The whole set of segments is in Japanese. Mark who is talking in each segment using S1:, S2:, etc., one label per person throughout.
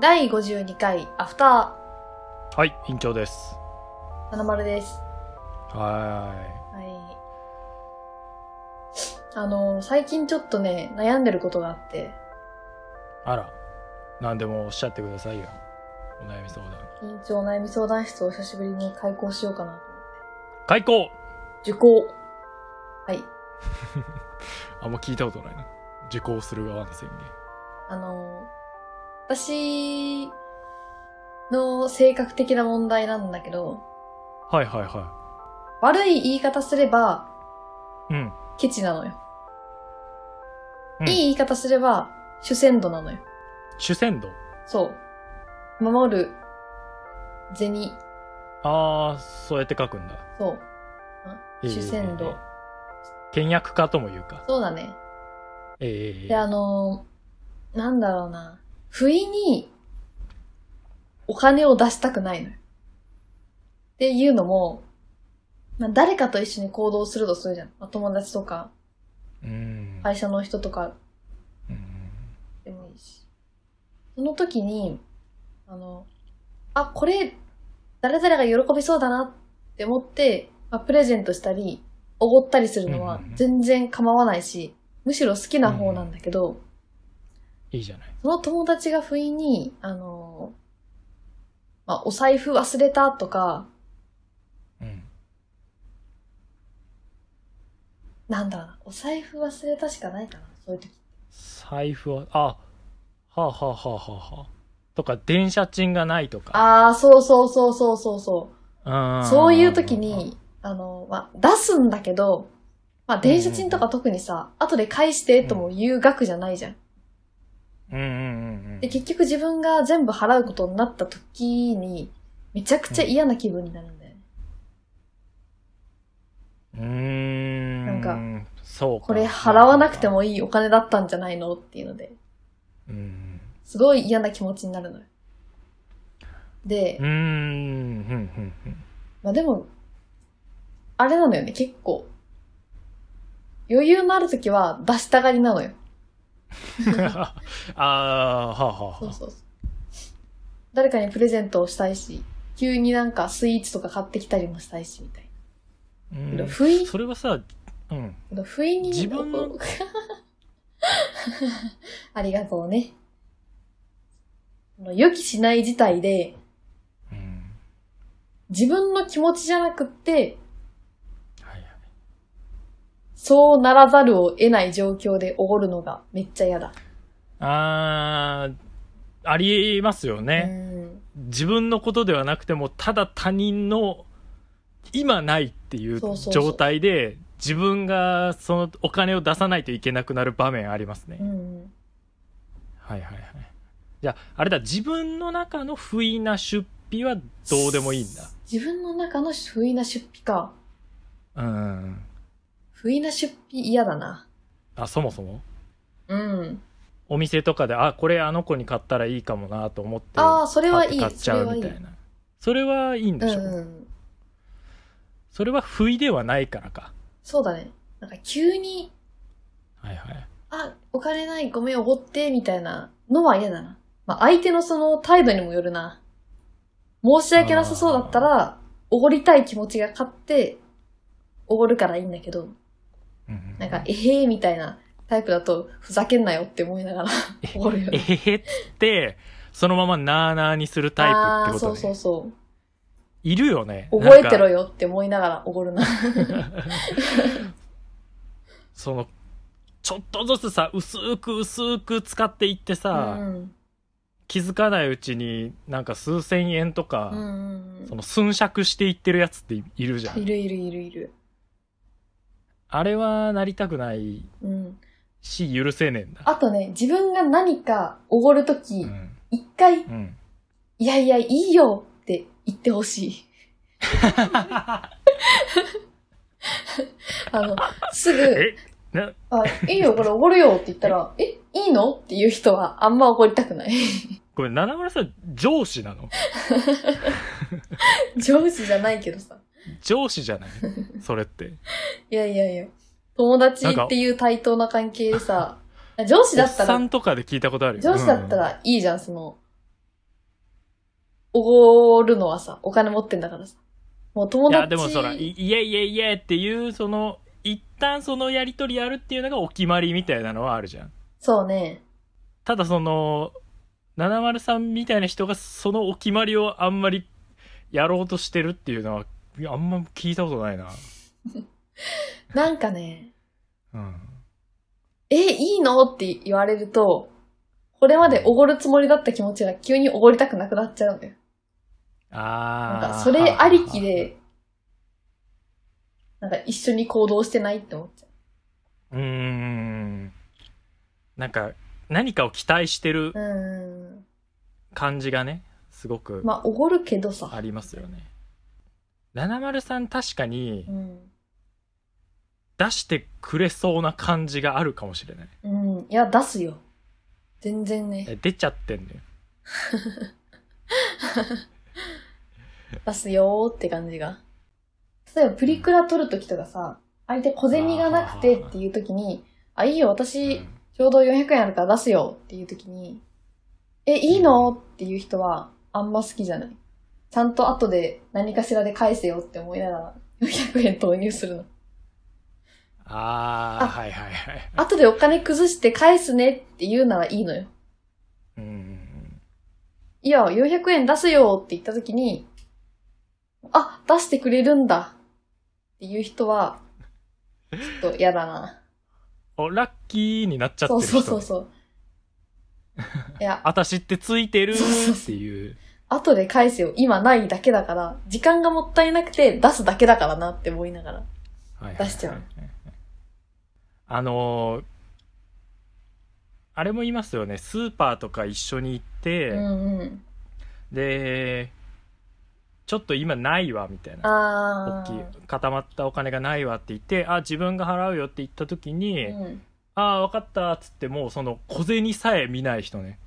S1: 第52回アフタ
S2: はい、院長です。
S1: ー、七丸です。
S2: は
S1: はい。あの、最近ちょっとね、悩んでることがあって、
S2: ーい。あら、何でもおっしゃってくださいよ。お悩み相談。
S1: 緊張悩み相談室を久しぶりに開講しようかな
S2: 開講
S1: と。受講。はい。
S2: あんま聞いたことないな。受講する側の宣
S1: あの、私の性格的な問題なんだけど、
S2: 言。はいはいは
S1: 悪い言い方すれば、
S2: い。うん。
S1: ケチなのよ。
S2: うん
S1: いい言い方すれば、主戦度なのよ。
S2: 主戦度。
S1: そう。守る、銭、
S2: あー、そうやって書くんだ。
S1: そう。
S2: えー
S1: 主戦度。。
S2: 倹約家とも言うか。
S1: そうだね。
S2: ええ
S1: で、あのーなんだろうな。不意に、お金を出したくないのよ。っていうのも、まあ、誰かと一緒に行動するとするじゃん。まあ、友達とか、
S2: うん。
S1: 会社の人とか
S2: うん
S1: でもいいし。その時に、あの、あ、これ、誰々が喜びそうだなって思って、まあ、プレゼントしたり、おごったりするのは
S2: うんうんうん
S1: 全然構わないし、むしろ好きな方なんだけど、
S2: いいじゃない。
S1: その友達が不意に、あの、まあ、お財布忘れたとか、
S2: うん。
S1: なんだろうな、お財布忘れたしかないかな、そういう時。
S2: 財布は、あ、はあはあはあはあはあ。とか、電車賃がないとか。
S1: ああ、そうそうそうそうそうそう。
S2: あ
S1: そういう時、に、あの、まあ、出すんだけど、まあ、電車賃とか特にさ、後で返してとも言う額じゃないじゃん。
S2: うんうんうんうん。
S1: で、結局自分が全部払うことになった時に、めちゃくちゃ嫌な気分になるんだよね。
S2: うーん。
S1: なん
S2: か、そうか。
S1: これ払わなくてもいいお金だったんじゃないのっていうので、
S2: うん。
S1: すごい嫌な気持ちになるのよ。で
S2: うー、ん。ふんふんふん
S1: まあでも、あれなのよね、結構。余裕のある時は出したがりなのよ。
S2: ああ、はあはあ
S1: そう
S2: は
S1: そうそう。誰かにプレゼントをしたいし、急になんかスイーツとか買ってきたりもしたいし、みたいな。
S2: あ。
S1: 不意、
S2: それはさ、うん。
S1: 不意に。
S2: 自分の
S1: ありがとうね。あの予期しない事態で、
S2: うん。
S1: 自分の気持ちじゃなくって、
S2: はいはい。
S1: そうならざるを得ない状況でおごるのがめっちゃ嫌だ。
S2: あーありますよね、
S1: うん
S2: 自分のことではなくても、ただ他人の、今ないっていう
S1: そうそうそう
S2: 状態で、自分がそのお金を出さないといけなくなる場面ありますね。
S1: うん。
S2: はいはいはい。じゃあ、あれだ、自分の中の不意な出費はどうでもいいんだ。
S1: 自分の中の不意な出費か。
S2: うん。
S1: 不意な出費嫌だな。
S2: あ、そもそも
S1: うん。
S2: お店とかで、あ、これあの子に買ったらいいかもなと思って、
S1: あーそれはいい
S2: パッて買っちゃうみたいな。それはいいん
S1: う
S2: でしょ、
S1: んうん。
S2: それは不意ではないからか。
S1: そうだね。なんか急に、
S2: はいはい。
S1: あ、お金ない、ごめん、おごって、みたいなのは嫌だな。まあ、相手のその態度にもよるな。申し訳なさそうだったら、おごりたい気持ちが勝って、おごるからいいんだけど、
S2: うんうん
S1: なんか、えへーみたいなタイプだと、ふざけんなよって思いながら、おごるよ
S2: え
S1: ね。
S2: へへっつって、そのままなーなーにするタイプ
S1: あ
S2: って
S1: ー
S2: こ
S1: そ
S2: と
S1: う
S2: ね。
S1: そうそう。
S2: いるよね。
S1: 覚えてろ
S2: よ。
S1: よって思いながらおごるな。
S2: その、ちょっとずつさ、薄く薄く使っていって
S1: う
S2: さ、
S1: ん。
S2: 気づかないうちになんか数千円と
S1: うんう
S2: か、
S1: ん
S2: その寸借していってるやつっているじゃ
S1: うん。い
S2: ん。
S1: るいるいるいる。
S2: あれはなりたくない
S1: うん。
S2: し、許せねえんだ。
S1: あとね、自分が何かおごるとき、
S2: うん。
S1: 一回、
S2: うん。
S1: いやいや、いいよって言ってほし い。あの、すぐ、
S2: えな、
S1: あ、いいよ、これおごるよって言ったら、え、いいのっていう人はあんまおごりたくない。
S2: これ、七村さん、上司なの
S1: 上司じゃないけどさ。
S2: 上司じ ゃないそれって。
S1: いやいやいや。友達っていう対等な関係でさ、上司
S2: お
S1: だ
S2: っ
S1: った
S2: さ
S1: ら、
S2: んとかで聞いたことあるよ。
S1: 上司だった
S2: うん
S1: らいいじゃん、その、おごるのはさ、お金持ってんだからさ。もう友
S2: い
S1: 達
S2: や、でもそら、いいえいえいえっていう、その、一旦そのやりとりやるっていうのがお決まりみたいなのはあるじゃん。
S1: そうね。
S2: ただその、703みたいな人がそのお決まりをあんまりやろうとしてるっていうのは、いやあんま聞いたことないな。
S1: なんかね、
S2: うん。
S1: え、いいのって言われると、これまでおごるつもりだった気持ちが急におごりたくなくなっちゃうんだよ。なん
S2: あ
S1: か
S2: あ。
S1: それありきで、なんか一緒に行動してないって思っちゃ
S2: はははは。うーん。なんか、何かを期待してる
S1: う。うーん。
S2: 感じがね、すごく
S1: まあ、おごるけど
S2: あ
S1: さ。
S2: りますよね。703確かに
S1: うん。
S2: 出してくれそうな感じがあるかもしれない。
S1: うん。いや、出すよ。全然ね、
S2: え出ちゃってんのよ。
S1: 出すよーって感じが。例えば、プリクラ撮るときとかさ、相手小銭がなくてっていうときに、あ、いいよ、私、
S2: うん
S1: ちょうど400円あるから出すよっていう時に、え、いいのっていう人はあんま好きじゃない。ちゃんと後で何かしらで返せよって思いながら400円投入するの。
S2: ああ、
S1: あ
S2: はいはいはい。
S1: 後でお金崩して返すねって言うならいいのよ。
S2: うん。
S1: いや、400円出すよって言った時に、あ、出してくれるんだっていう人は、ちょっと嫌だな。
S2: お、ラッキーになっちゃって
S1: そ
S2: る
S1: うそ
S2: 人。
S1: うそうそう。 いや、
S2: 私ってついてる
S1: そうそう
S2: っ
S1: そ
S2: ていう。
S1: 後で返せよ。今ないだけだから、時間がもったいなくて出すだけだからなって思いながら。
S2: はいはいはい
S1: 出しちゃう。
S2: あのーあれも言いますよね。スーパーとか一緒に行って、
S1: うんうん。
S2: で、ちょっと今ないわ、みたいな。大
S1: あ
S2: きい
S1: ー。
S2: 固まったお金がないわって言ってあ自分が払うよって言った時に、
S1: うん、
S2: ああ分かったっつってもうその小銭さえ見ない人ね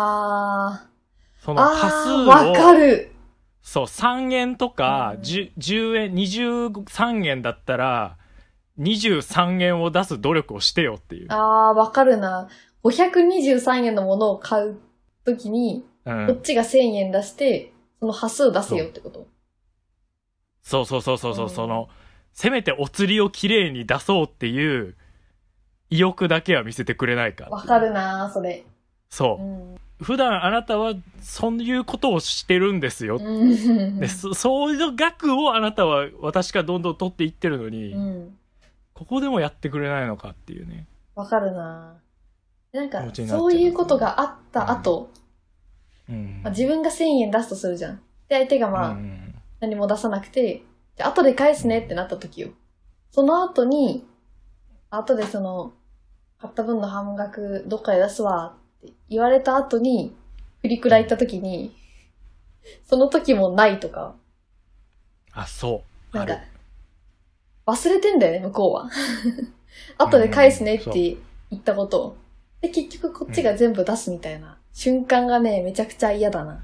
S1: あ
S2: そ
S1: ー。
S2: の端数
S1: あー、
S2: を
S1: わかる。
S2: そう3円とか、
S1: うん
S2: 10, 10円23円だったら23円を出す努力をしてよっていう、
S1: あー、わかるな。523円のものを買うときに、
S2: う
S1: こっ
S2: ん、
S1: ちが1000円出して、その端数出せよってこと。
S2: そうそうそうそうそ
S1: う
S2: う、
S1: ん
S2: そのせめてお釣りをきれいに出そうっていう意欲だけは見せてくれないかっていう
S1: わかるな、それ。
S2: そう
S1: う、ん。
S2: 普段あなたはそういうことをしてるんですよ、
S1: うん
S2: でそそういう額をあなたは私がどんどん取っていってるのに、
S1: うん。
S2: ここでもやってくれないのかっていうね
S1: わかるな。なん
S2: 気
S1: か
S2: 持ち、になっちゃう
S1: そういうことがあった後、
S2: うん
S1: まあ、自分が1000円出すとするじゃん。で、相手がまあ、
S2: うん
S1: 何も出さなくて、じゃあ後で返すねってなった時よ。その後に、後でその、買った分の半額どっかで出すわって言われた後に、振りくらい行った時に、その時もないとか、
S2: あそう
S1: な
S2: あ
S1: ん
S2: る
S1: か、忘れてんだよね、向こう は。後で返すねっ
S2: うんそう
S1: て言ったことを。で、結局こっちが全部出すみたいな瞬間がね、めちゃくちゃ嫌だな。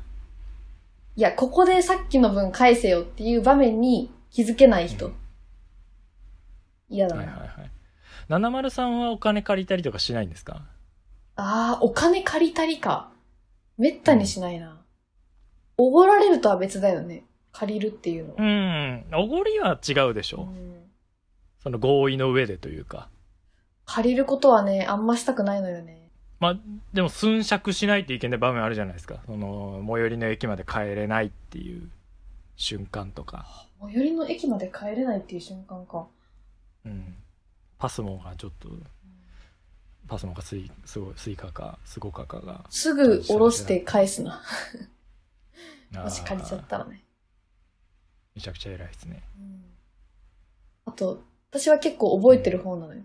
S1: いや、ここでさっきの分返せよっていう場面に気づけない人。
S2: うん
S1: 嫌だ
S2: はい
S1: な。
S2: はいはい703はお金借りたりとかしないんですか
S1: あー、お金借りたりか。めったにしないな。おごられるとは別だよね。借りるっていうの
S2: う。んおごりは違うでしょ、
S1: うん
S2: その合意の上でというか
S1: 借りることはね、あんましたくないのよね。
S2: まあでも寸借しないといけない場面あるじゃないですかその最寄りの駅まで帰れないっていう瞬間とか
S1: 最寄りの駅まで帰れないっていう瞬間か。
S2: うん、パスモがちょっと、パスモかスイすごいスイカかスゴカかが
S1: すぐ下ろして返すな。
S2: あー
S1: もし借りちゃったらね。
S2: めちゃくちゃ偉いですね
S1: うんあと、私は結構覚えてる方なのよ。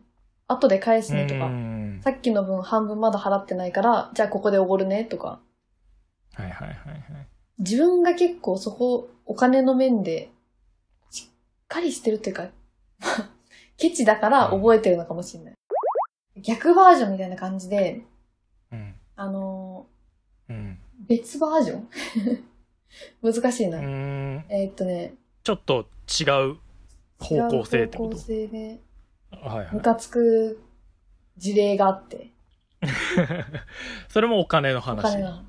S1: 後で返すねと
S2: う
S1: か。
S2: ん
S1: さっきの分半分まだ払ってないから、じゃあここでおごるねとか。
S2: はいはいはいはい
S1: 自分が結構そこ、お金の面で、しっかりしてるっていうか、 ケチだから覚えてるのかもしれない。逆バージョンみたいな感じで、
S2: うん
S1: あの
S2: うん
S1: ー別バージョン 難しいうな。
S2: ーん
S1: えーっとね、
S2: ちょっと違う方向性ってこ
S1: 違う方向
S2: と
S1: 性で、
S2: はいは
S1: ム
S2: い
S1: カつく事例があって、
S2: それもお金の
S1: お
S2: 話
S1: 金の話。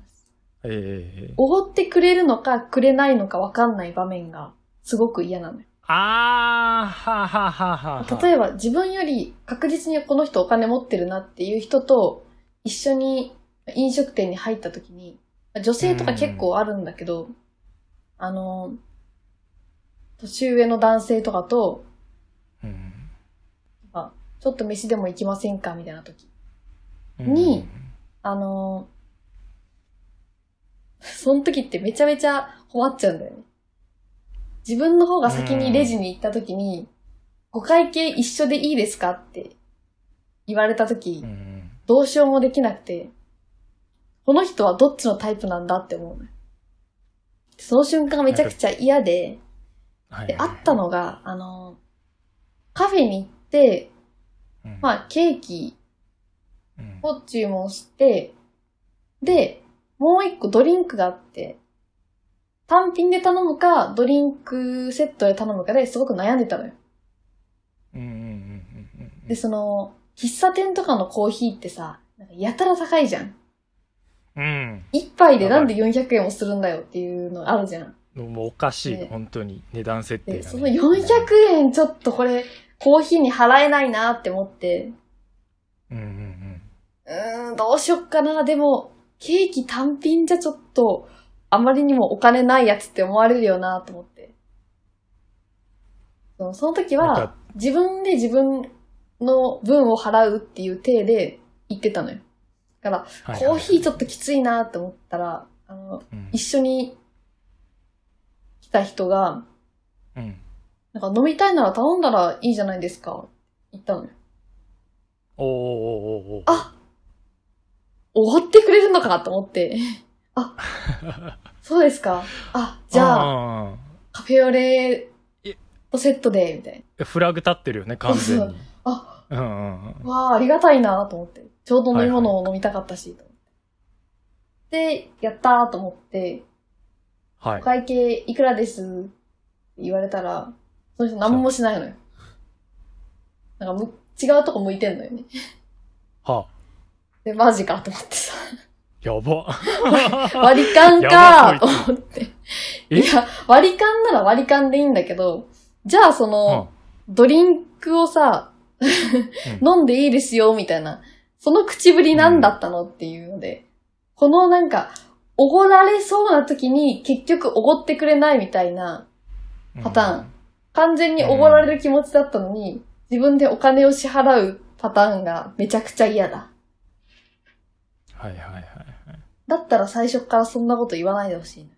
S2: ええ
S1: おごってくれるのかくれないのかわかんない場面がすごく嫌なのよ。
S2: あー、はあ、はあはあはあ、
S1: 例
S2: え
S1: えば自分より確実にこの人お金持ってるなっていう人と一緒に飲食店に入った時に、女性とか結構あるんだけど、あの、年上の男性とかと、
S2: ば、
S1: ちょっと飯でも行きませんかみたいな時。
S2: うん
S1: に、あの、その時ってめちゃめちゃ困っちゃうんだよね。自分の方が先にレジに行った時に、ご会計一緒でいいですかって言われた時、
S2: うん
S1: どうしようもできなくて、この人はどっちのタイプなんだって思うのよその瞬間がめちゃくちゃ嫌で、
S2: はい
S1: で、あったのが、あの、カフェに行って、
S2: うん
S1: まあ、ケーキ
S2: うん
S1: を注文して、で、もう一個ドリンクがあって、単品で頼むか、ドリンクセットで頼むかですごく悩んでたのよ。
S2: うんうんうんうんうん
S1: で、その、喫茶店とかのコーヒーってさ、なんかやたら高いじゃん。
S2: うん
S1: 一杯でなんで400円もするんだよっていうのあるじゃん。
S2: もうおかしい、
S1: ね
S2: 本当に値段設定が、
S1: で、
S2: ね、
S1: その400円ちょっとこれ、コーヒーに払えないなって思って、
S2: うんうんうん
S1: うーん、どうしよっかな。でも、ケーキ単品じゃちょっと、あまりにもお金ないやつって思われるよなと思って。そのその時
S2: なん
S1: は
S2: か、
S1: 自分で自分の分を払うっていう体で言ってたのよ。だから、
S2: はいはい
S1: コーヒーちょっときついなと思ったら、あの、
S2: うん
S1: 一緒に来た人が、
S2: うん
S1: なんか飲みたいなら頼んだらいいじゃないですか。言ったのよ。
S2: おーおーおーおー
S1: あおごってくれるのかと思って。あ、そうですか。あ、じゃあ、
S2: あ
S1: カフェオレとセットで、みたい
S2: ーフラグ立ってるよね完全
S1: そうそ
S2: に
S1: あ
S2: うんうんうん
S1: な。わあ、ありがたいなと思って。ちょうど飲み物を飲みたかったし、と思って。で、やったーと思って、
S2: はい
S1: お会計いくらですって言われたら、その人何もしないのよ。なんかむ、違うとこ向いてんのよね。
S2: はあ
S1: で、マジかと思ってさ。
S2: やば
S1: 割り勘か
S2: やば
S1: と
S2: そいつ
S1: 思って。い
S2: え
S1: や、割り勘なら割り勘でいいんだけど、じゃあその、ドリンクをさ、
S2: うん
S1: 飲んでいいですよ、みたいな。その口ぶりなんだったのっていうので、このなんか、おごられそうな時に結局おごってくれないみたいな、
S2: うん
S1: パターン完全におごられる気持ちだったのに、自分でお金を支払うパターンがめちゃくちゃ嫌だ。
S2: はいはいはい
S1: だったら最初からそんなこと言わないでほしい。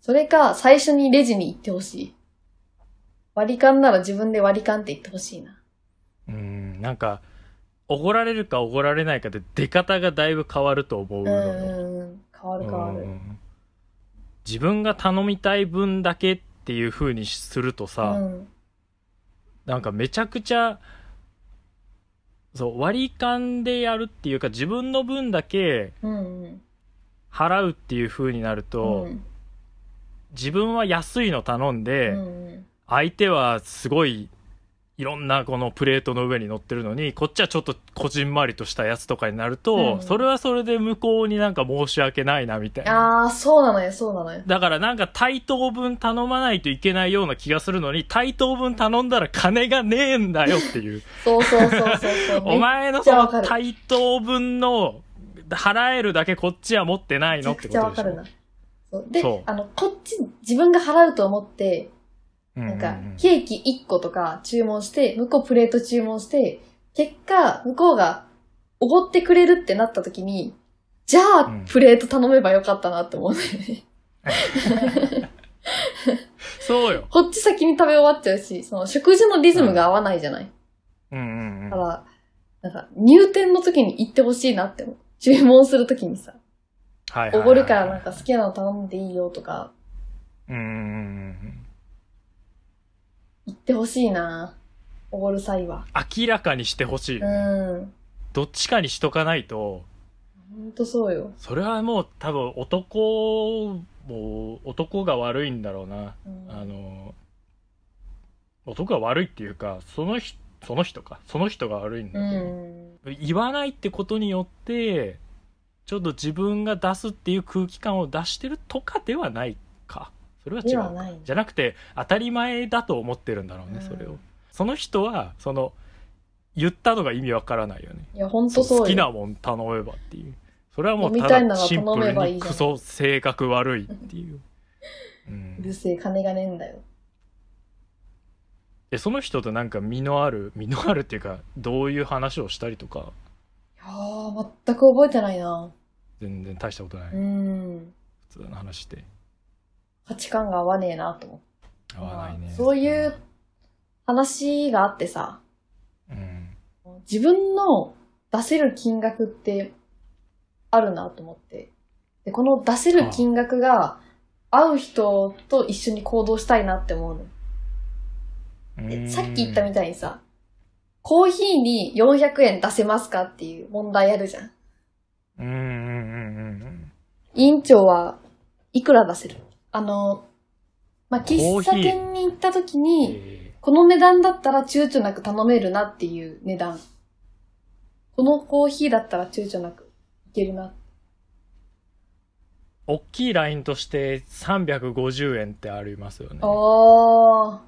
S1: それか、最初にレジに行ってほしい。割り勘なら自分で割り勘って言ってほしいな。
S2: うんなんかおごられるかおごられないかで出方がだいぶ変わると思う
S1: う
S2: の
S1: ー
S2: よ
S1: ん。変わる変わ
S2: う
S1: る。
S2: ん自分が頼みたい分だけっていう風にするとさ、
S1: うん。
S2: なんかめちゃくちゃそう割り勘でやるっていうか自分の分だけ
S1: うんうん。
S2: 払うっていう風になると、
S1: うん
S2: 自分は安いの頼んで、
S1: うん
S2: 相手はすごいいろんなこのプレートの上に乗ってるのにこっちはちょっとこじんまりとしたやつとかになると、
S1: うん
S2: それはそれで向こうになんか申し訳ないなみたい
S1: うん。
S2: な。
S1: ああ、そうなのよ、そうなのよ。
S2: だからなんか対等分頼まないといけないような気がするのに対等分頼んだら金がねえんだよっていう
S1: そうそうそうそうそう。
S2: お前の
S1: めっち
S2: そ
S1: ゃわ
S2: の
S1: かる
S2: 対等分の払えるだけこっちは持ってない
S1: めちゃ
S2: のっ
S1: く
S2: てこ
S1: ちゃ
S2: と
S1: わ
S2: でし
S1: か
S2: ょ
S1: るな。そうで
S2: そう、
S1: あの、こっち、自分が払うと思って、
S2: う
S1: なん
S2: う
S1: か
S2: う、
S1: ケーキ1個とか注文して、向こうプレート注文して、結果、向こうがおごってくれるってなった時に、じゃあ
S2: うん、
S1: プレート頼めばよかったなって思うね。
S2: そ うよ、
S1: こっち先に食べ終わっちゃうし、その食事のリズムが合わないじゃない。
S2: うんうんうん
S1: だから、なんか、入店の時に行ってほしいなって思う。注文する時にさ、
S2: はいはいはいはい
S1: おごるからなんか好きなの頼んでいいよとか、
S2: うんうんうんうん
S1: 言ってほしいなおごる際は。
S2: 明らかにしてほしい、
S1: うん。
S2: どっちかにしとかないと
S1: ほんとそうよ。
S2: それはもう多分男も男が悪いんだろうな
S1: うん
S2: あの男が悪いっていうかその人その人かその人が悪いんだ
S1: う
S2: と思う、
S1: ん。
S2: 言わないってことによってちょっと自分が出すっていう空気感を出してるとかではないかそれは違
S1: で
S2: う
S1: は
S2: か
S1: ないんだ
S2: じゃなくて当たり前だと思ってるんだろうねそれ
S1: う
S2: を
S1: ん
S2: その人はその言ったのが意味わからないよね
S1: いや、ほんと
S2: そう
S1: そうよ。
S2: 好きなもん頼めばっていうそれはもう
S1: 飲み
S2: た
S1: たいな
S2: だ
S1: ら
S2: シン
S1: 頼
S2: プ
S1: め
S2: ル
S1: ばいい
S2: に
S1: じゃん
S2: クソ性格悪いっていう、う
S1: うる
S2: ん、
S1: せえ、金がねえんだよ。
S2: でその人となんか身のある身のあるっていうかどういう話をしたりとか
S1: いやー、全く覚えてないな。
S2: 全然大したことないう普
S1: ん。
S2: 通の話で
S1: 価値観が合わねえなと思って。
S2: 合わないね
S1: そういう話があってさ、
S2: うん
S1: 自分の出せる金額ってあるなと思って。で、この出せる金額が合う人と一緒に行動したいなって思うの。
S2: うん
S1: でさっき言ったみたいにさ、コーヒーに400円出せますかっていう問題あるじゃん。
S2: うんうんうんうんうん
S1: 委員長はいくら出せるあの、まあ、
S2: コーヒー
S1: 喫茶店に行った時に、
S2: え
S1: この値段だったら躊躇なく頼めるなっていう値段。このコーヒーだったら躊躇なくいけるな。
S2: ー大きいラインとして350円ってありますよね
S1: ああ、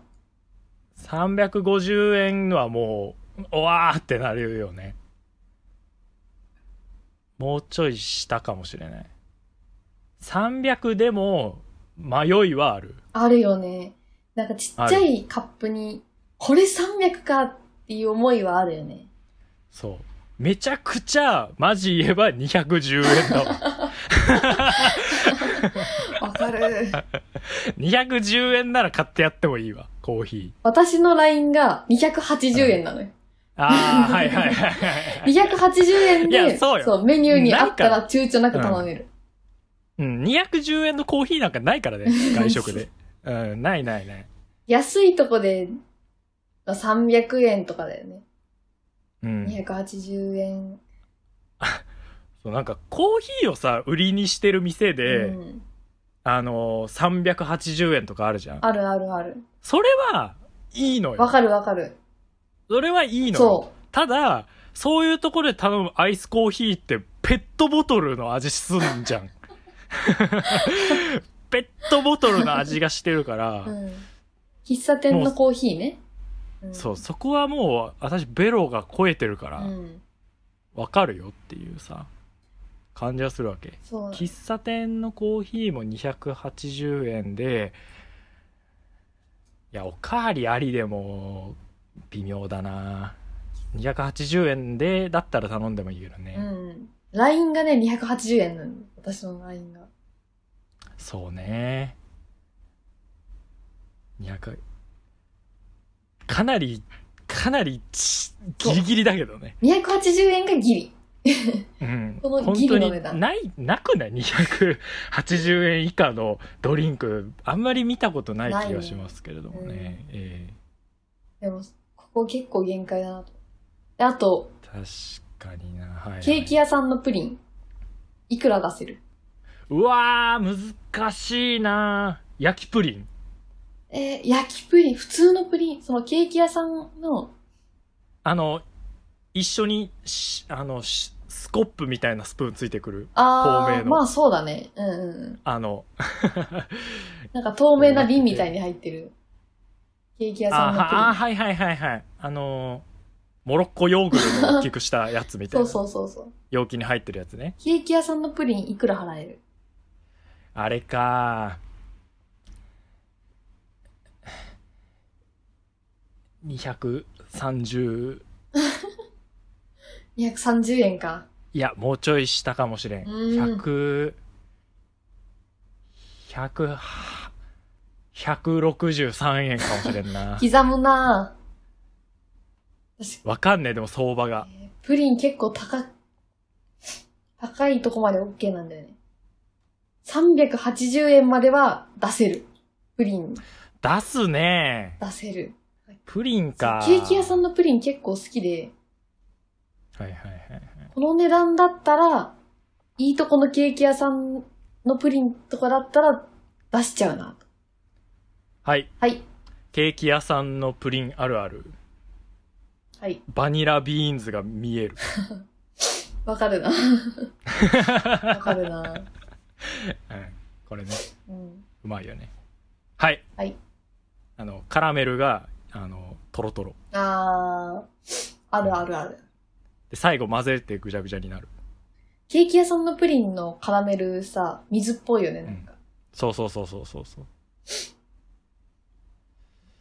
S2: 350円はもうおわーってなるよねもうちょい下かもしれない300でも迷いはある
S1: あるよね。なんかちっちゃいカップに、これ300かっていう思いはあるよね。
S2: そうめちゃくちゃマジ言えば210円だ わ
S1: わかる。
S2: 210円なら買ってやってもいいわコーヒー
S1: 私の LINE が280円なのよ。
S2: ああはいはいはいはい
S1: 280円
S2: いや
S1: で、
S2: そうよ
S1: メニューにあったら躊躇なく頼める。
S2: うん、210円のコーヒーなんかないからね、外 食で。うん、ないないない。
S1: 安いとこで300円とかだよね。
S2: うん。
S1: 280円。
S2: そう、なんかコーヒーをさ、売りにしてる店で、
S1: うん、
S2: あのー、380円とかあるじゃん。
S1: あるあるある。
S2: それは、いいの
S1: わ
S2: よ。
S1: かるわかる。
S2: それはいいの
S1: そ
S2: よ。ただ、そういうところで頼むアイスコーヒーって、ペットボトルの味すんじゃん。 ペットボトルの味がしてるから、
S1: う。うん、喫茶店のコーヒーね。ん
S2: そう、そこはもう、私、ベロが超えてるから、
S1: うん。
S2: わかるよっていうさ感じはするわけ
S1: そう。
S2: 喫茶店のコーヒーも280円でいやおかわりありでも微妙だな280円でだったら頼んでもいいけどね、
S1: うん。LINE がね、280円なの。私の LINE が。
S2: そうね200かなりかなりちギリギリだけどね
S1: 280円がギリ。
S2: うん
S1: この
S2: 本
S1: ギ
S2: 当
S1: リの
S2: に
S1: 値段
S2: ない、なくない ?280 円以下のドリンク、あんまり見たことない気がしますけれども
S1: ない
S2: ね。え
S1: でも、ここ結構限界だなと。であと、
S2: え確かにな。はい、はい。
S1: ケーキ屋さんのプリン。いくら出せる
S2: うわー、難しいな焼きプリン。
S1: えー焼きプリン、普通のプリン、そのケーキ屋さんの、
S2: あの、一緒にし、あの、しスコップみたいなスプーンついてくる。
S1: あ
S2: 透明
S1: ー、
S2: の
S1: まあそうだね。うんうんうん。
S2: あ の、
S1: なんか透明な瓶みたいに入ってる。ケーキ屋さ
S2: あ
S1: んのプリン
S2: はあ、はいはいはいはい。あのー、モロッコヨーグルトを大きくしたやつみたい
S1: そ
S2: な。
S1: うそうそうそう。
S2: 容器に入ってるやつね。
S1: ケーキ屋さんのプリンいくら払える
S2: あれか。230
S1: ?230 円か。
S2: いや、もうちょい下かもしれん。
S1: うん
S2: 100、100、163円かもしれ んな。
S1: 刻むなぁ。
S2: わかんねえ、でも相場が。
S1: プリン結構高、高いとこまで OK なんだよね。380円までは出せる。プリン
S2: 出すね
S1: 出せる。
S2: プリン
S1: ケ
S2: か。
S1: ーキ屋さんのプリン結構好きで、
S2: はいはいはい。
S1: この値段だったら、いいとこのケーキ屋さんのプリンとかだったら出しちゃうな。
S2: はい。
S1: はい。
S2: ケーキ屋さんのプリンあるある。
S1: はい。
S2: バニラビーンズが見える。
S1: わかるな。わかるな。
S2: うん、これね
S1: うん。
S2: うまいよねはい
S1: はい
S2: あのカラメルがあのトロトロ
S1: あー、あるあるある。
S2: で最後混ぜてぐちゃぐちゃになる
S1: ケーキ屋さんのプリンのカラメルさ、水っぽいよね、なんか。
S2: そうそうそうそうそうそう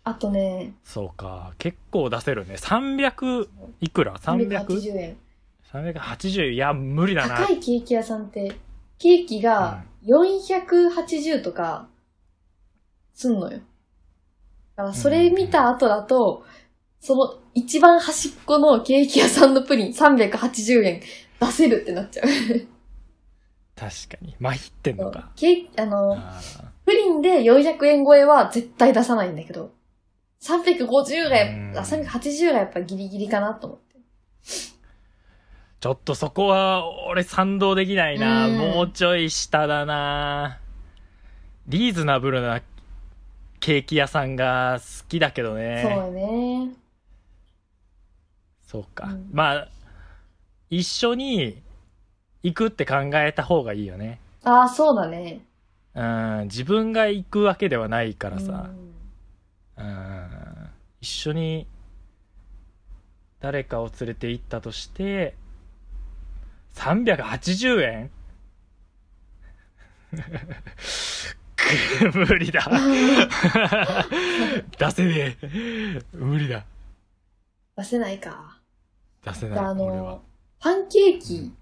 S1: あとね、
S2: そうか結構出せるね300いくら 300?380
S1: 380円。
S2: いや無理だな
S1: 高いケーキ屋さんって、ケーキが480とかすんのよ。だからそれ見た後だと、その一番端っこのケーキ屋さんのプリン380円出せるってなっちゃう。
S2: 確かにまひってんのか
S1: ケーキ、あの、
S2: あー
S1: プリンで400円超えは絶対出さないんだけど、350が
S2: う
S1: や
S2: ん
S1: っぱ、あ380がやっぱギリギリかなと思って。
S2: ちょっとそこは俺賛同できないな
S1: うん
S2: もうちょい下だなリーズナブルなケーキ屋さんが好きだけどね
S1: そうよね。
S2: そうか、
S1: うん
S2: まあ一緒に行くって考えた方がいいよね
S1: ああ、そうだね。
S2: うん自分が行くわけではないからさ
S1: うん
S2: うん一緒に誰かを連れて行ったとして380円 無理だ出せねえ無理だ
S1: 出せないか。
S2: 出せ
S1: で
S2: ない
S1: あ
S2: 俺は
S1: の、パンケーキ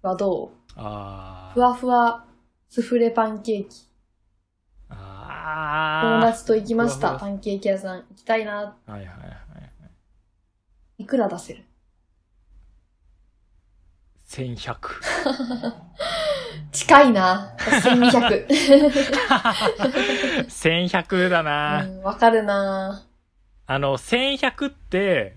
S1: はどう、
S2: あー
S1: ふわふわスフレパンケーキ。友
S2: あ
S1: 達と行きまし
S2: ふわ
S1: た。
S2: ふ
S1: パンケーキ屋さん行きたいな。
S2: あ。はいはいはい。
S1: いくら出せる
S2: 1100。
S1: 近いな。1200。
S2: 1100だな、
S1: うんわ、かるな。
S2: あの、1100って、
S1: うんはい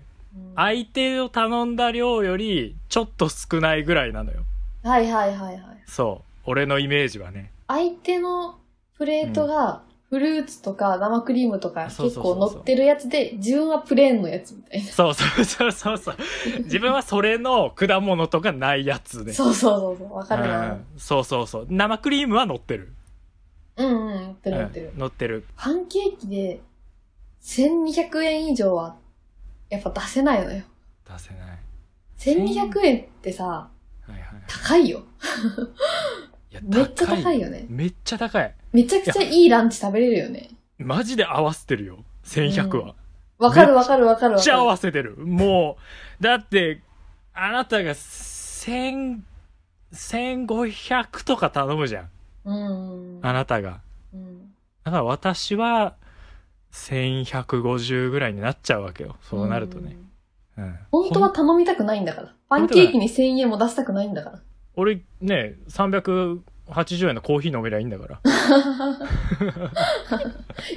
S2: 相手を頼んだ量より、ちょっと少ないぐらいなのよ。
S1: はいはいはい。
S2: そう。俺のイメージはね。
S1: 相手のプレートが、フルーツとか生クリームとか
S2: そう
S1: 結
S2: そうそう
S1: 構
S2: そう
S1: 乗ってるやつで、自分はプレーンのやつみたいな。
S2: そうそうそうそうそう。自分はそれの果物とかないやつね。
S1: そうそうそうそう、わかる
S2: う。
S1: なん
S2: そうそうそう。生クリームは乗ってる。
S1: うんうん、乗ってる乗っ
S2: う
S1: てる
S2: ん。乗ってる。
S1: パンケーキで1200円以上はやっぱ出せないのよ。
S2: 出せない。
S1: 1200円ってさ、
S2: はいはい。
S1: 高いよ。
S2: いや
S1: めっちゃ高いよね
S2: めっちゃ高い。
S1: めちゃくちゃいいランチ食べれるよね。
S2: マジで合わせてるよ。1100は。
S1: うんわかるわかるわかる
S2: め
S1: わ
S2: っちゃ合
S1: かる。
S2: わせてる。もう、だって、あなたが千、千五百とか頼むじゃん。
S1: うんうん
S2: あなたが。
S1: うん。
S2: だから私は、千百五十ぐらいになっちゃうわけよ。そうなるとね
S1: う。ん。
S2: うん。
S1: 本当は
S2: ほん
S1: 頼みたくないんだから。パンケーキに1000円も出したくないんだから。
S2: 俺ね、三百八十円のコーヒー飲めりゃいいんだから。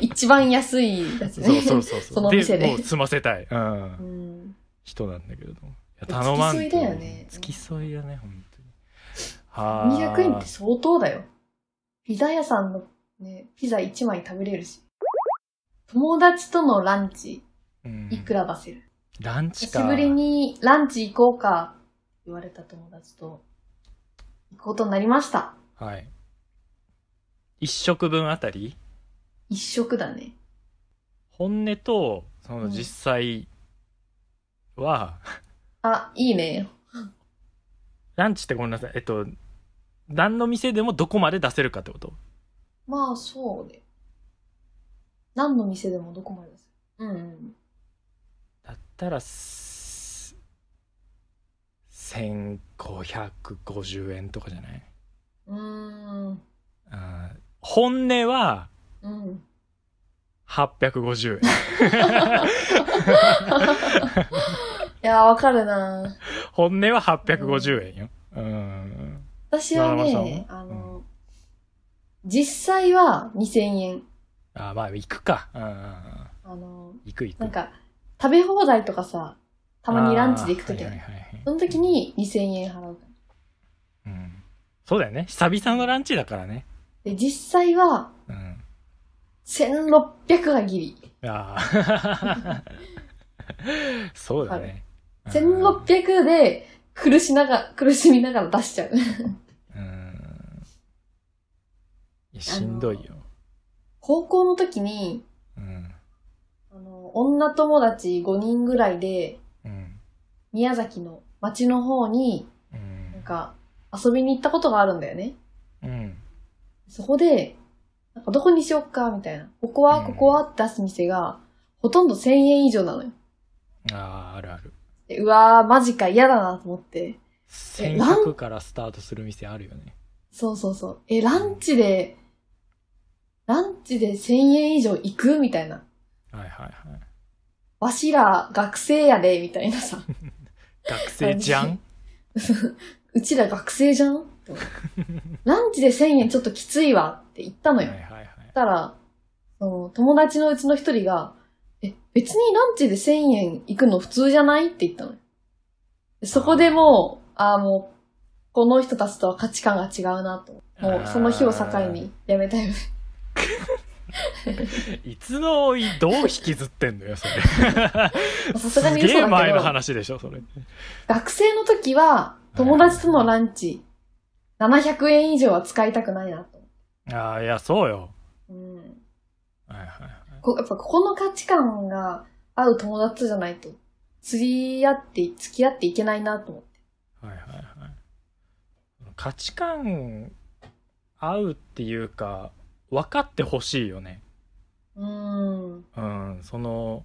S1: 一番安いやつ
S2: そう
S1: ね。
S2: そうそうそう。
S1: その店で
S2: もう済ませたい。う。
S1: うんん。
S2: 人なんだけれども。いや
S1: 付き
S2: 頼まんと。
S1: 添いだよね
S2: 付き添いだね、本当に。は
S1: 200円って相当だよ。ピザ屋さんのね、ピザ1枚食べれるし。友達とのランチ、
S2: うん
S1: いくら出せる
S2: ランチ
S1: 久
S2: か。
S1: しぶりにランチ行こうか、言われた友達と、行くことになりました。
S2: はい。一食分あたり
S1: 一食だね。
S2: 本音と、そうの
S1: ん
S2: 実際は、
S1: あ、いいね。
S2: ランチってごめんなさい。えっと、何の店でもどこまで出せるかってこと
S1: まあ、そうね。何の店でもどこまでです。うんうん。
S2: だったら、す1550円とかじゃないう
S1: ーん。
S2: あー本音は
S1: うん。
S2: 850円。
S1: いや、わかるな
S2: 本音は850円よ。うん。
S1: 私は
S2: なる
S1: ね、
S2: ほど
S1: あの、実際は2000円。
S2: あーまあ、行くか。うんうんうん。
S1: あの、
S2: 行く行く。
S1: なんか、食べ放題とかさ、たまにランチで行くとき
S2: あーはい
S1: ね。
S2: はいはいはい
S1: その時に2000円払うから。
S2: うんそうだよね。久々のランチだからね。
S1: で、実際は、
S2: うん。
S1: 1600がギリ。
S2: あ あ。そうだね。うん
S1: 1600で、苦しなが、苦しみながら出しちゃう。
S2: うーん。いや、しんどいよ。
S1: 高校の時に、
S2: うん。
S1: あの、女友達5人ぐらいで、
S2: うん。
S1: 宮崎の町の方に、
S2: う
S1: なん
S2: ん。
S1: か、遊びに行ったことがあるんだよね。
S2: うん。
S1: そこで、なんかどこにしよっか、みたいな。ここは、
S2: うん
S1: ここはって出す店が、ほとんど1000円以上なのよ。
S2: ああ、あるある。
S1: でうわー、マジか、嫌だなと思って。えラン
S2: 1100からスタートする店あるよね。
S1: そうそうそう。え、ランチで、ランチで1000円以上行くみたいな。
S2: はいはいはい。
S1: わしら学生やで、みたいな さ。
S2: 学生じゃん
S1: うちら学生じゃんって思ってランチで1000円ちょっときついわって言ったの
S2: はい
S1: よ。
S2: はい
S1: そし
S2: はい。
S1: たら、その友達のうちの一人が、え、別にランチで1000円行くの普通じゃないって言ったのよ。でそこでもう、ああ、もう、この人たちとは価値観が違うなと。もう、その日を境にやめた よね。
S2: あー。いつのおい、どう引きずってんのよ、そ れ。
S1: さす
S2: す
S1: がに嘘だ
S2: げ
S1: け
S2: え
S1: ど
S2: 前の話でしょ、それ。
S1: 学生の時は、友達とのランチ、700円以上は使いたくないなと。
S2: ああ、いや、そうよ。
S1: うん
S2: はいはいはい。
S1: こやっぱここの価値観が合う友達じゃないと、釣り合って、付き合っていけないなと思って。
S2: はいはいはい価値観合うっていうか分かってほしいよね
S1: うーん。
S2: うんその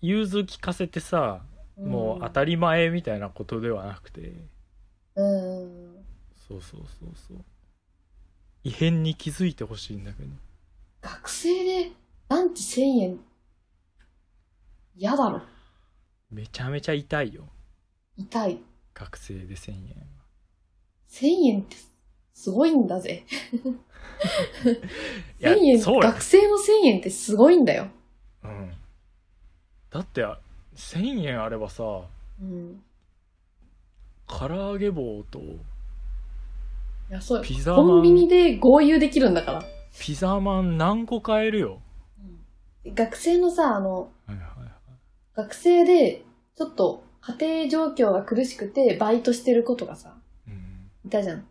S2: 融通聞かせてさもう当たり前みたいなことではなくて、
S1: うん。
S2: そうそうそうそう異変に気づいてほしいんだけど
S1: 学生でランチ1000円、嫌だろ。
S2: めちゃめちゃ痛いよ
S1: 痛い。
S2: 学生で1000円
S1: 1000円ってすごいんだぜ。
S2: いや
S1: 1000円、
S2: そうよ
S1: 学生の1000円ってすごいんだよ。
S2: うんだって1000円あればさ
S1: うん。
S2: 唐揚げ棒と
S1: いや、そうよ
S2: ピザマン
S1: コンビニで合流できるんだから。
S2: ピザマン何個買えるよ
S1: 学生のさ、あの、
S2: はいはいはい
S1: 学生で、ちょっと家庭状況が苦しくてバイトしてる子とかさ、
S2: うん
S1: いたじゃん。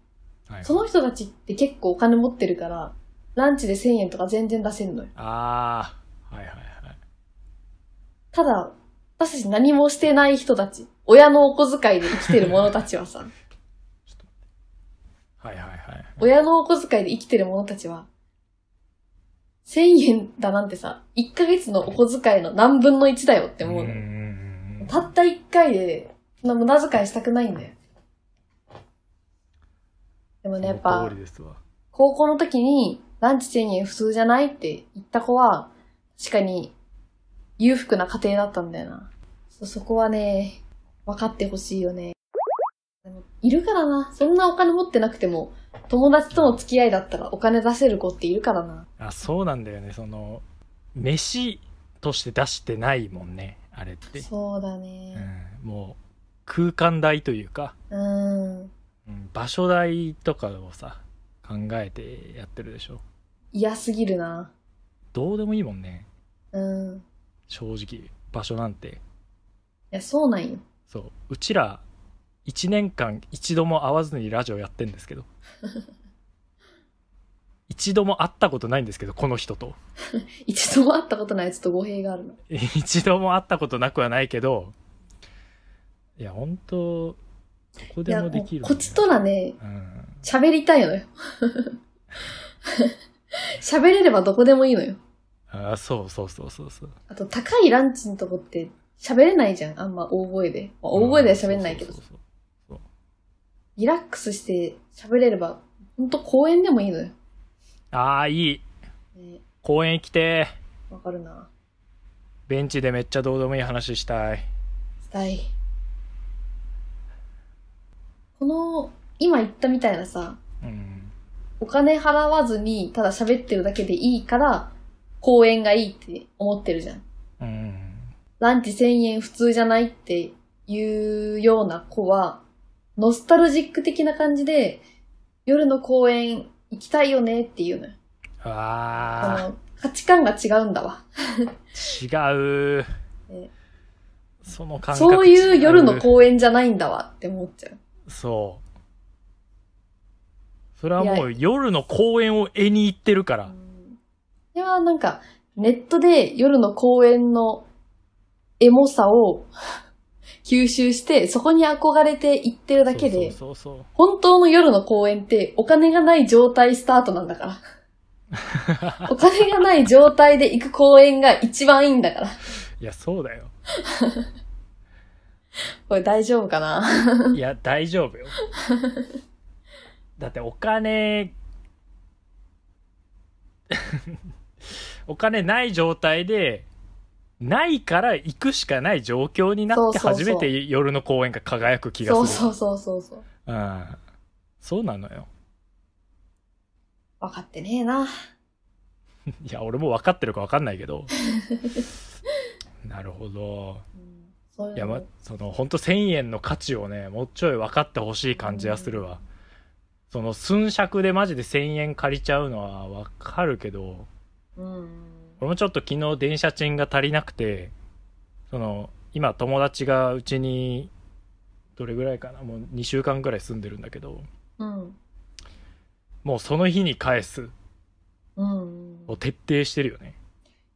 S2: はい
S1: その人たちって結構お金持ってるから、ランチで1000円とか全然出せんのよ。
S2: ああはいはいはい
S1: ただ、私たち何もしてない人たち、親のお小遣いで生きてる者たちは さ、
S2: はいはいはい
S1: 親のお小遣いで生きてる者たちは、1000円だなんてさ、1ヶ月のお小遣いの何分の1だよって思う
S2: うん
S1: の
S2: うん
S1: よ。
S2: うんうん
S1: たった1回で、そんな無駄遣いしたくないんだよ。でもね、やっ
S2: その
S1: ぱ
S2: 通、りですわ
S1: 高校の時にランチ1000円普通じゃないって言った子は、確かに裕福な家庭だったんだよな。そ、そこはね、分かってほしいよね。でもいるからな。そんなお金持ってなくても、友達との付き合いだったらお金出せる子っているからな。
S2: あそうなんだよねその飯として出してないもんねあれって、
S1: そうだ
S2: う
S1: ね。
S2: ん、もう空間代というか、
S1: うーん。
S2: うん、場所代とかをさ考えてやってるでしょ
S1: 嫌すぎるな。
S2: どうでもいいもんね
S1: うん。い
S2: 正直場所なんて
S1: や、そうなんよ。
S2: そううちら1年間一度も会わずにラジオやってんです けど一度も会ったことないんですけどこの人と
S1: 一度も会ったことないやつと語弊があるの。
S2: 一度も会ったことなくはないけどいや本当どこ
S1: い
S2: で
S1: や、
S2: もで
S1: も
S2: き
S1: う
S2: る
S1: こっちとらね、
S2: うん
S1: 喋りたいのよ。 喋れればどこでもいいのよ。
S2: あーそうそうそうそうそう
S1: あと、高いランチのとこって喋れないじゃん。あんま大声で。まあ大声では喋れないけど
S2: うん、そうそう
S1: リラックスして喋れれば、ほんと公園でもいいのよ。
S2: そうああいい
S1: ね
S2: 公園行きてー
S1: わかるな。
S2: ベンチでめっちゃどうでもいい話したい
S1: したい。この、今言ったみたいなさ、
S2: うん
S1: お金払わずに、ただ喋ってるだけでいいから、公園がいいって思ってるじゃん。
S2: うん
S1: ランチ1000円普通じゃないっていうような子は、ノスタルジック的な感じで、夜の公園行きたいよねっていうのよ。
S2: ああ
S1: その価値観が違うんだわ。
S2: 違う
S1: え。
S2: その感覚
S1: そういう夜の
S2: 違
S1: 公園じゃないんだわって思っちゃう。
S2: そう。それはもう夜の公園を絵に行ってるから。
S1: いや、なんか、ネットで夜の公園のエモさを 吸収して、そこに憧れて行ってるだけで、
S2: そうそうそう
S1: 本当の夜の公園ってお金がない状態スタートなんだから。 お金がない状態で行く公園が一番いいんだから。
S2: そう。いや、そうだよ。
S1: これ大丈夫かな
S2: いや、大丈夫よ。だってお金、 お金ない状態で、ないから行くしかない状況になって
S1: そうそうそ
S2: 初
S1: う
S2: めて夜の公園が輝く気がす
S1: そ
S2: る。
S1: うそうそうそうそう。
S2: うん。そうなのよ。
S1: 分かってねえな。
S2: いや、俺も分かってるか分かんないけど。 なるほど。
S1: うんそういうの
S2: いや、ま、その、ほんと1000円の価値をね、もうちょい分かってほしい感じがするわ。その、寸尺でマジで1000円借りちゃうのは分かるけど、
S1: うん。
S2: 俺もちょっと昨日電車賃が足りなくて、その、今友達がうちに、どれぐらいかな、もう2週間ぐらい住んでるんだけど、
S1: うん。
S2: もうその日に返す
S1: うん。
S2: を徹底してるよね。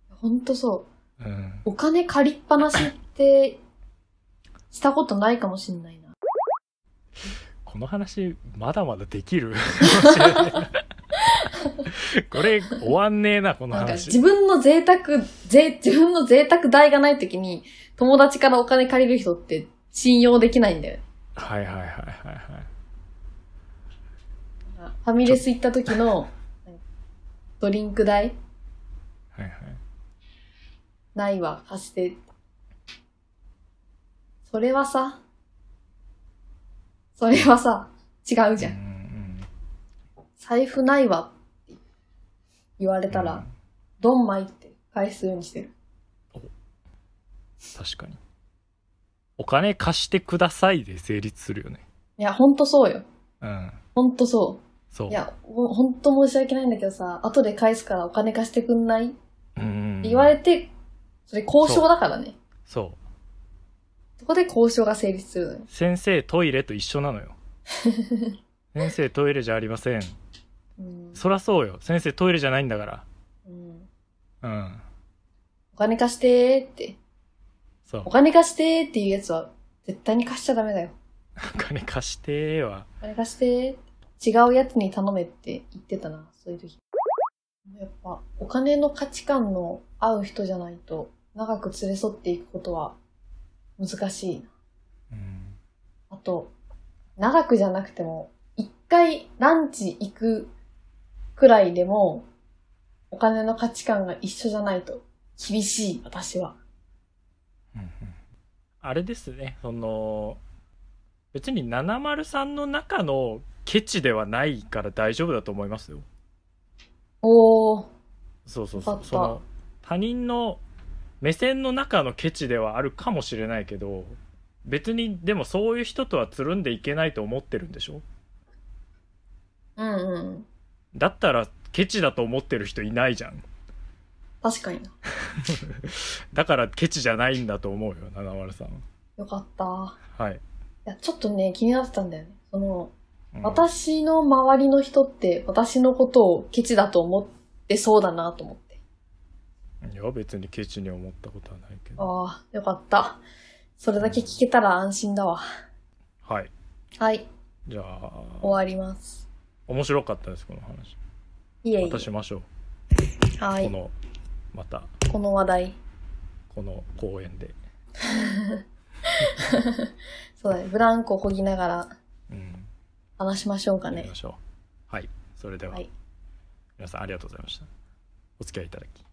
S1: ほんとそう。
S2: うん。
S1: お金借りっぱなしって、したことないかもしんないな。
S2: この話まだまだ できるかもしれないこれ終わんねえなこの
S1: なんか
S2: 話
S1: 自分の贅沢、ぜ、自分の贅沢代がない時に、友達からお金借りる人って信用できないんだよね。
S2: はいはいはいはいはい
S1: ファミレス行った時の、ドリンク代
S2: はいはい
S1: ないわ、貸して。それはさ、それはさ、違うじゃ。
S2: うんん
S1: 財布ないわって言わ
S2: う
S1: れ
S2: ん
S1: たら、
S2: うん
S1: ドンマイって返すようにしてる。
S2: 確かにお金貸してくださいで成立するよね
S1: いや、ほんとそうよ。
S2: うん
S1: ほんとそ。
S2: そうう
S1: いや、ほほんと申し訳ないんだけどさ、後で返すからお金貸してくんないって
S2: うん
S1: 言われて、それ交渉だからね。
S2: そう
S1: そこで交渉が成立するのよ。
S2: 先生トイレと一緒なの よ先生トイレじゃありません
S1: うん
S2: そらそうよ先生トイレじゃないんだか
S1: うん
S2: らうん
S1: お金貸してーって。
S2: そう
S1: お金貸してーっていうやつは、絶対に貸しちゃダメだよ。
S2: お金貸しては
S1: お金貸してー違うやつに頼めって言ってたな、そういう時。やっぱ、お金の価値観の合う人じゃないと、長く連れ添っていくことは、難しいな。
S2: うん
S1: あと、長くじゃなくても、一回ランチ行くくらいでも、お金の価値観が一緒じゃないと厳しい、私は。
S2: あれですね、その、別に703の中のケチではないから大丈夫だと思いますよ。
S1: おー。
S2: そうそう
S1: よかっ
S2: そう。
S1: た
S2: その、他人の目線の中のケチではあるかもしれないけど、別に、でもそういう人とはつるんでいけないと思ってるんでしょ
S1: うんうん。
S2: だったら、ケチだと思ってる人いないじゃん。
S1: 確かにな。
S2: だから、ケチじゃないんだと思うよ、703は。
S1: よかった。
S2: はい。
S1: いや、ちょっとね、気になってたんだよね。その、
S2: うん
S1: 私の周りの人って、私のことをケチだと思ってそうだなと思って。
S2: いや、別にケチに思ったことはないけど。
S1: ああ、よかった。それだけ聞けたら安心だわ。
S2: はい。
S1: はい、
S2: じゃあ、
S1: 終わります。
S2: 面白かったです、この話。
S1: いえい
S2: またし
S1: え。
S2: ましょう、
S1: は
S2: こ
S1: い、
S2: のまた
S1: この話題。
S2: この公園で、
S1: そうだね。ブランコをこぎながら
S2: うん、
S1: 話しましょうか
S2: やり
S1: ね
S2: ま。しょうはいそれでは、
S1: はい。
S2: 皆さんありがとうございましたお付き合いいただき